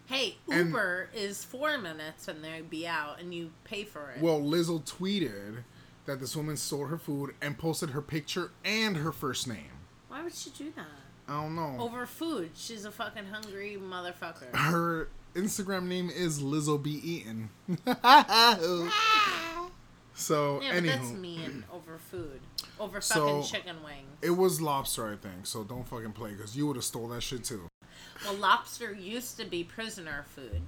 Speaker 2: Hey,
Speaker 3: And-
Speaker 2: Uber is four minutes and they'd be out and you pay for it.
Speaker 3: Well, Lizzo tweeted that this woman stole her food and posted her picture and her first name.
Speaker 2: why would she do that?
Speaker 3: I don't know.
Speaker 2: Over food. She's a fucking hungry motherfucker.
Speaker 3: Her Instagram name is Lizzo B Eaton. <laughs> So,
Speaker 2: Yeah, but that's
Speaker 3: anywho, <clears throat>
Speaker 2: mean over food, over
Speaker 3: So-
Speaker 2: fucking chicken wings.
Speaker 3: it was lobster, I think. So don't fucking play, cause you would have stole that shit too.
Speaker 2: Well, lobster used to be prisoner food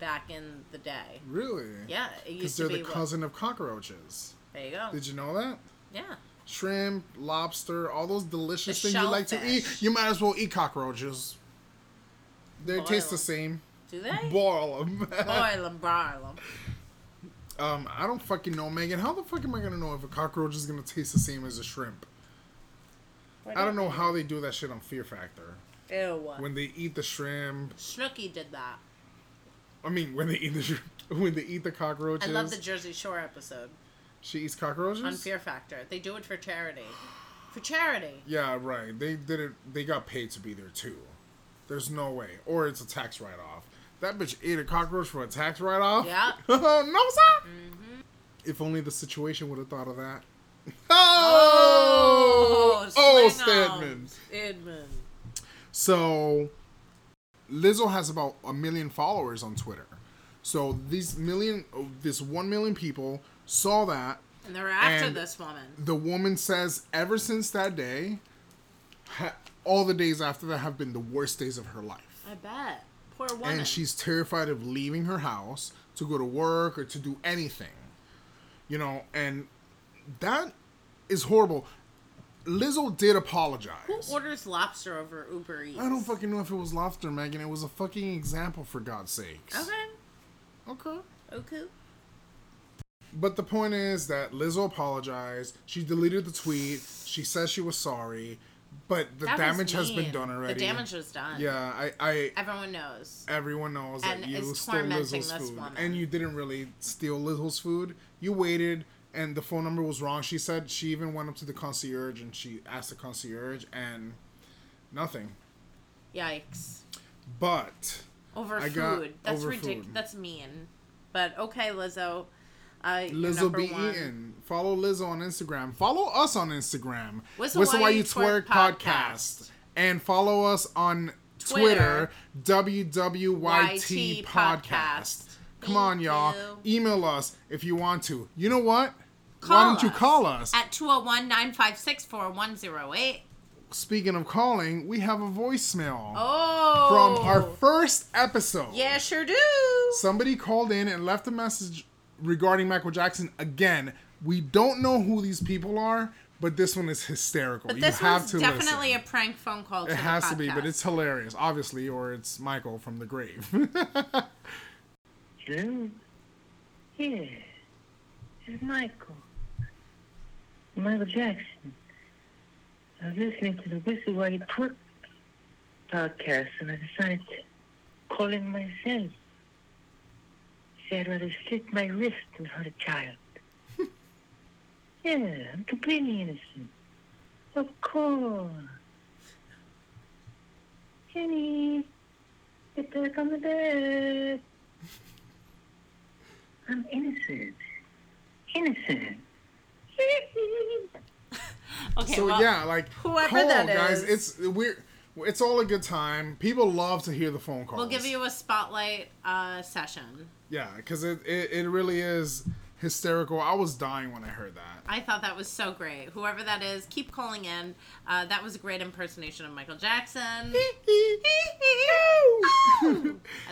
Speaker 2: back in the day.
Speaker 3: Really?
Speaker 2: Yeah, it
Speaker 3: Because
Speaker 2: used
Speaker 3: they're
Speaker 2: to
Speaker 3: the
Speaker 2: be. what-
Speaker 3: cousin of cockroaches.
Speaker 2: there you go.
Speaker 3: Did you know that?
Speaker 2: yeah.
Speaker 3: Shrimp, lobster, all those delicious
Speaker 2: The
Speaker 3: things you like to
Speaker 2: shellfish.
Speaker 3: eat. You might as well eat cockroaches. They
Speaker 2: Boil
Speaker 3: taste the
Speaker 2: 'em.
Speaker 3: same.
Speaker 2: Do they?
Speaker 3: Boil them.
Speaker 2: Boil them, boil them.
Speaker 3: um, I don't fucking know, Megan. How the fuck am I gonna know if a cockroach is gonna taste the same as a shrimp? I don't know how they do that shit on Fear Factor.
Speaker 2: Ew.
Speaker 3: When they eat the shrimp,
Speaker 2: Snooki did that.
Speaker 3: I mean, when they eat the shrimp, <laughs> when they eat the cockroaches,
Speaker 2: I love the Jersey Shore episode
Speaker 3: she eats cockroaches.
Speaker 2: on Fear Factor. They do it for charity. For charity.
Speaker 3: Yeah, right. They did it. They got paid to be there too. There's no way, or it's a tax write-off. That bitch ate a cockroach for a tax write-off.
Speaker 2: Yeah.
Speaker 3: <laughs>
Speaker 2: Mm-hmm.
Speaker 3: no sir. If only the situation would have thought of that. <laughs> Oh,
Speaker 2: Oh,
Speaker 3: oh,
Speaker 2: swing 'em.
Speaker 3: Stedman.
Speaker 2: Stedman.
Speaker 3: So Lizzo has about a million followers on Twitter. So these million, oh, this one million people saw that.
Speaker 2: And they're after
Speaker 3: And-
Speaker 2: this woman.
Speaker 3: The woman says, ever since that day, ha- all the days after that have been the worst days of her life.
Speaker 2: I bet. Poor woman.
Speaker 3: And she's terrified of leaving her house to go to work or to do anything. You know, and that is horrible. Lizzo did apologize.
Speaker 2: Who orders lobster over Uber Eats?
Speaker 3: I don't fucking know if it was lobster, Megan. It was a fucking example, for God's sakes.
Speaker 2: Okay.
Speaker 3: Okay.
Speaker 2: Okay.
Speaker 3: But the point is that Lizzo apologized. She deleted the tweet. She said she was sorry. But the
Speaker 2: That was
Speaker 3: damage has been
Speaker 2: mean.
Speaker 3: done already.
Speaker 2: The damage was done.
Speaker 3: Yeah, I. I
Speaker 2: Everyone knows.
Speaker 3: everyone knows that
Speaker 2: And
Speaker 3: you
Speaker 2: is
Speaker 3: stole
Speaker 2: tormenting
Speaker 3: Lizzo's
Speaker 2: this
Speaker 3: food.
Speaker 2: woman.
Speaker 3: And you didn't really steal Lizzo's food. You waited. And the phone number was wrong. She said she even went up to the concierge and she asked the concierge and nothing.
Speaker 2: Yikes.
Speaker 3: But
Speaker 2: Over
Speaker 3: I got-
Speaker 2: food. That's
Speaker 3: over
Speaker 2: ridiculous.
Speaker 3: food.
Speaker 2: That's mean. But okay, Lizzo. Uh, you're
Speaker 3: Lizzo
Speaker 2: number
Speaker 3: be
Speaker 2: one.
Speaker 3: eaten. Follow Lizzo on Instagram. Follow us on Instagram.
Speaker 2: Whistle
Speaker 3: Whistle
Speaker 2: While
Speaker 3: While You
Speaker 2: You
Speaker 3: Twerk
Speaker 2: Twerk
Speaker 3: podcast. And follow us on Twitter,
Speaker 2: Twitter.
Speaker 3: WWYT
Speaker 2: YT
Speaker 3: podcast.
Speaker 2: podcast.
Speaker 3: Come
Speaker 2: Thank
Speaker 3: on, y'all. Email us if you want to. You know what? Why
Speaker 2: Call
Speaker 3: don't you
Speaker 2: us
Speaker 3: call us?
Speaker 2: At 201 956 4108.
Speaker 3: Speaking of calling, we have a voicemail
Speaker 2: Oh.
Speaker 3: from our first episode.
Speaker 2: Yeah, sure do.
Speaker 3: Somebody called in and left a message regarding Michael Jackson again. We don't know who these people are, but this one is hysterical.
Speaker 2: But this
Speaker 3: you have
Speaker 2: one's
Speaker 3: to
Speaker 2: definitely
Speaker 3: listen.
Speaker 2: a prank phone call. To
Speaker 3: it
Speaker 2: the
Speaker 3: has to be, but
Speaker 2: podcast.
Speaker 3: it's hilarious, obviously, or it's Michael from the grave. <laughs>
Speaker 4: Hello? Yes. This is Michael. Michael Jackson. I was listening to the Whistle While You Twerk podcast and I decided to call in myself. Say I'd rather slit my wrist than hurt a child. yeah, I'm completely innocent. Of course. Jenny, get back on the bed. I'm innocent. Innocent.
Speaker 2: okay.
Speaker 3: so
Speaker 2: well,
Speaker 3: yeah, like
Speaker 2: whoever
Speaker 3: call,
Speaker 2: that
Speaker 3: guys.
Speaker 2: is.
Speaker 3: It's we're it's all a good time. People love to hear the phone calls.
Speaker 2: We'll give you a spotlight uh, session.
Speaker 3: yeah, because it, it it really is hysterical. I was dying when I heard
Speaker 2: <laughs>
Speaker 3: that.
Speaker 2: I thought that was so great. Whoever that is, keep calling in. Uh, that was a great impersonation of
Speaker 3: <laughs>
Speaker 2: Michael Jackson. I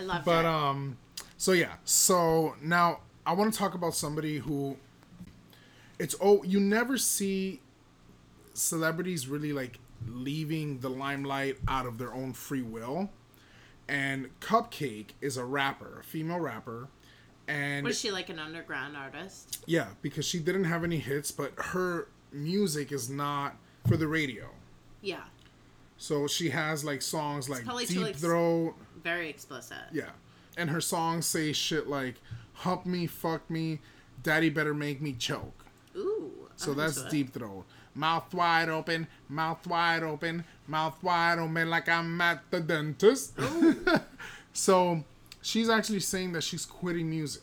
Speaker 2: love
Speaker 3: But
Speaker 2: it.
Speaker 3: um, so yeah, so now I want to talk about somebody who it's oh you never see celebrities really like leaving the limelight out of their own free will. And Cupcake is a rapper, a female rapper, and
Speaker 2: was she like an underground artist?
Speaker 3: yeah, because she didn't have any hits, but her music is not for the radio.
Speaker 2: Yeah,
Speaker 3: So she has like songs like
Speaker 2: probably too,
Speaker 3: Deep
Speaker 2: like, s-
Speaker 3: Throat.
Speaker 2: very explicit.
Speaker 3: Yeah. And her songs say shit like hump me, fuck me, daddy better make me choke.
Speaker 2: Ooh. I'm
Speaker 3: So that's
Speaker 2: into it.
Speaker 3: deep throat. Mouth wide open, mouth wide open, mouth wide open like I'm at the dentist. <laughs> so she's actually saying that she's quitting music.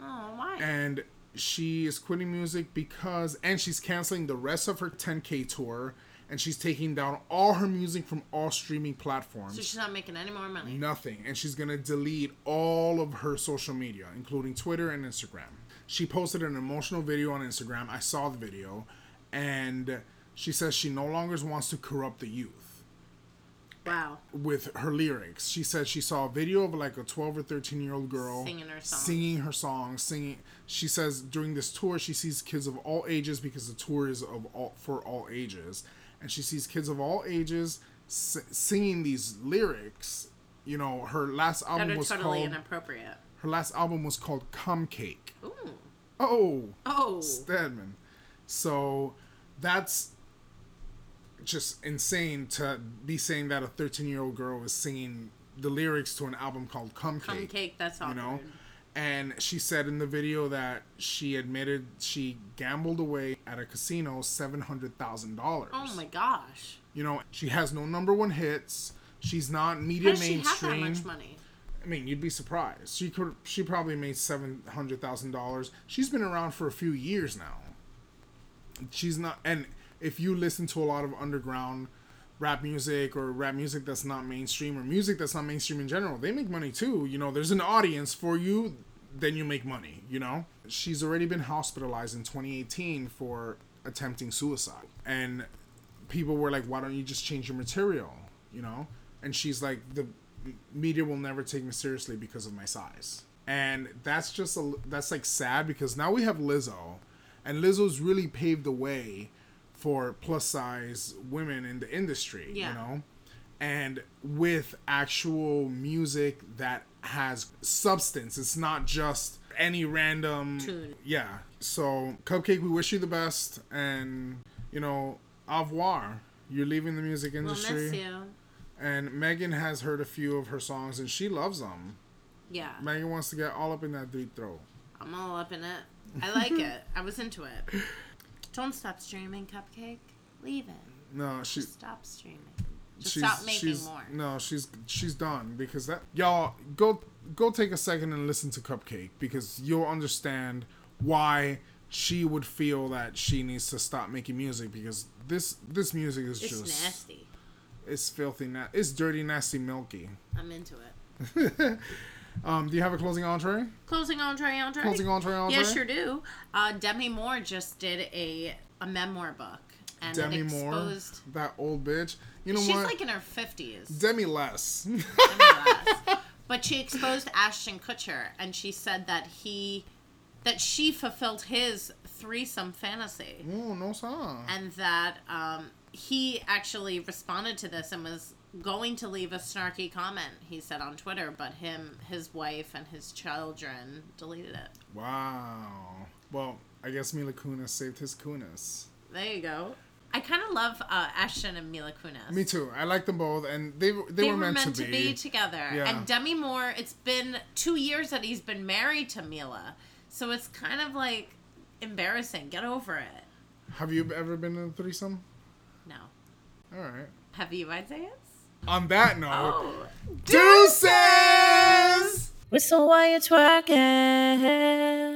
Speaker 2: Oh, why?
Speaker 3: And she is quitting music because and she's canceling the rest of her 10K tour and she's taking down all her music from all streaming platforms
Speaker 2: so she's not making any more
Speaker 3: Mm-hmm.
Speaker 2: money.
Speaker 3: nothing and she's going to delete all of her social media including twitter and instagram She posted an emotional video on Instagram. I saw the video, and she says she no longer wants to corrupt the youth
Speaker 2: Wow.
Speaker 3: with her lyrics. She said she saw a video of like a 12 or 13 year old girl
Speaker 2: Singing her song.
Speaker 3: singing her song, singing. She says during this tour she sees kids of all ages because the tour is of all for all ages, and she sees kids of all ages s- singing these lyrics. You know, her last
Speaker 2: That
Speaker 3: album
Speaker 2: are
Speaker 3: was
Speaker 2: totally
Speaker 3: called
Speaker 2: inappropriate.
Speaker 3: her last album was called Cum Cake.
Speaker 2: Ooh.
Speaker 3: Oh,
Speaker 2: Oh.
Speaker 3: Stedman. So that's just insane to be saying that a 13 year old girl is singing the lyrics to an album called Cum Cake.
Speaker 2: Cum cake, that's
Speaker 3: you
Speaker 2: awkward.
Speaker 3: know? And she said in the video that she admitted she gambled away at a casino $700,000.
Speaker 2: Oh my gosh.
Speaker 3: You know, she has no number one hits. She's not
Speaker 2: How
Speaker 3: media
Speaker 2: does she have
Speaker 3: mainstream.
Speaker 2: that much money?
Speaker 3: I mean, you'd be surprised. She could. She probably made seven hundred thousand dollars. She's been around for a few years now. She's not. And if you listen to a lot of underground rap music or rap music that's not mainstream or music that's not mainstream in general, they make money too. You know, there's an audience for you. Then you make money. You know. She's already been hospitalized in 2018 for attempting suicide, and people were like, "Why don't you just change your material?" You know, and she's like, "The media will never take me seriously because of my size," and that's just a that's like sad because now we have Lizzo, and Lizzo's really paved the way for plus size women in the industry.
Speaker 2: Yeah.
Speaker 3: You know, and with actual music that has substance, it's not just any random
Speaker 2: Tune.
Speaker 3: yeah. So, Cupcake, we wish you the best, and you know, au revoir. You're leaving the music
Speaker 2: We'll
Speaker 3: industry,
Speaker 2: miss you.
Speaker 3: and Megan has heard a few of her songs, and she loves them.
Speaker 2: Yeah.
Speaker 3: Megan wants to get all up in that deep throat.
Speaker 2: I'm all up in it. I
Speaker 3: <laughs>
Speaker 2: like it. I was into it. Don't stop streaming, Cupcake. Leave it.
Speaker 3: No, she,
Speaker 2: Just stop streaming. Just
Speaker 3: she's
Speaker 2: stop making
Speaker 3: she's-
Speaker 2: more.
Speaker 3: No, she's she's done because that y'all go go take a second and listen to Cupcake because you'll understand why she would feel that she needs to stop making music because this this music is
Speaker 2: It's
Speaker 3: just
Speaker 2: nasty.
Speaker 3: It's filthy. Na- it's dirty, nasty, milky.
Speaker 2: I'm into it.
Speaker 3: Um, do you have a closing entree?
Speaker 2: Closing entree, entree.
Speaker 3: Closing entree, entree.
Speaker 2: Yeah, sure do. Uh, Demi Moore just did a a memoir book, and
Speaker 3: Demi
Speaker 2: it
Speaker 3: Moore,
Speaker 2: exposed.
Speaker 3: that old bitch. You know
Speaker 2: She's
Speaker 3: what?
Speaker 2: like in her fifties,
Speaker 3: Demi less. <laughs>
Speaker 2: but she exposed Ashton Kutcher, and she said that he, that she fulfilled his threesome fantasy.
Speaker 3: oh no, song.
Speaker 2: and that um, he actually responded to this and was going to leave a snarky comment he said on twitter but him his wife and his children deleted it
Speaker 3: Wow. Well, I guess Mila Kunis saved his Kunis.
Speaker 2: there you go i kind of love uh, ashton and mila kunis
Speaker 3: Me too. I like them both, and they they,
Speaker 2: they
Speaker 3: were, meant, to, be.
Speaker 2: together
Speaker 3: Yeah.
Speaker 2: and demi moore it's been two years that he's been married to mila so it's kind of like embarrassing get over it
Speaker 3: Have you ever been in a threesome?
Speaker 2: no
Speaker 3: All right.
Speaker 2: have you isaiah
Speaker 3: On that note,
Speaker 2: oh
Speaker 3: deuces.
Speaker 5: Whistle while you're twerking.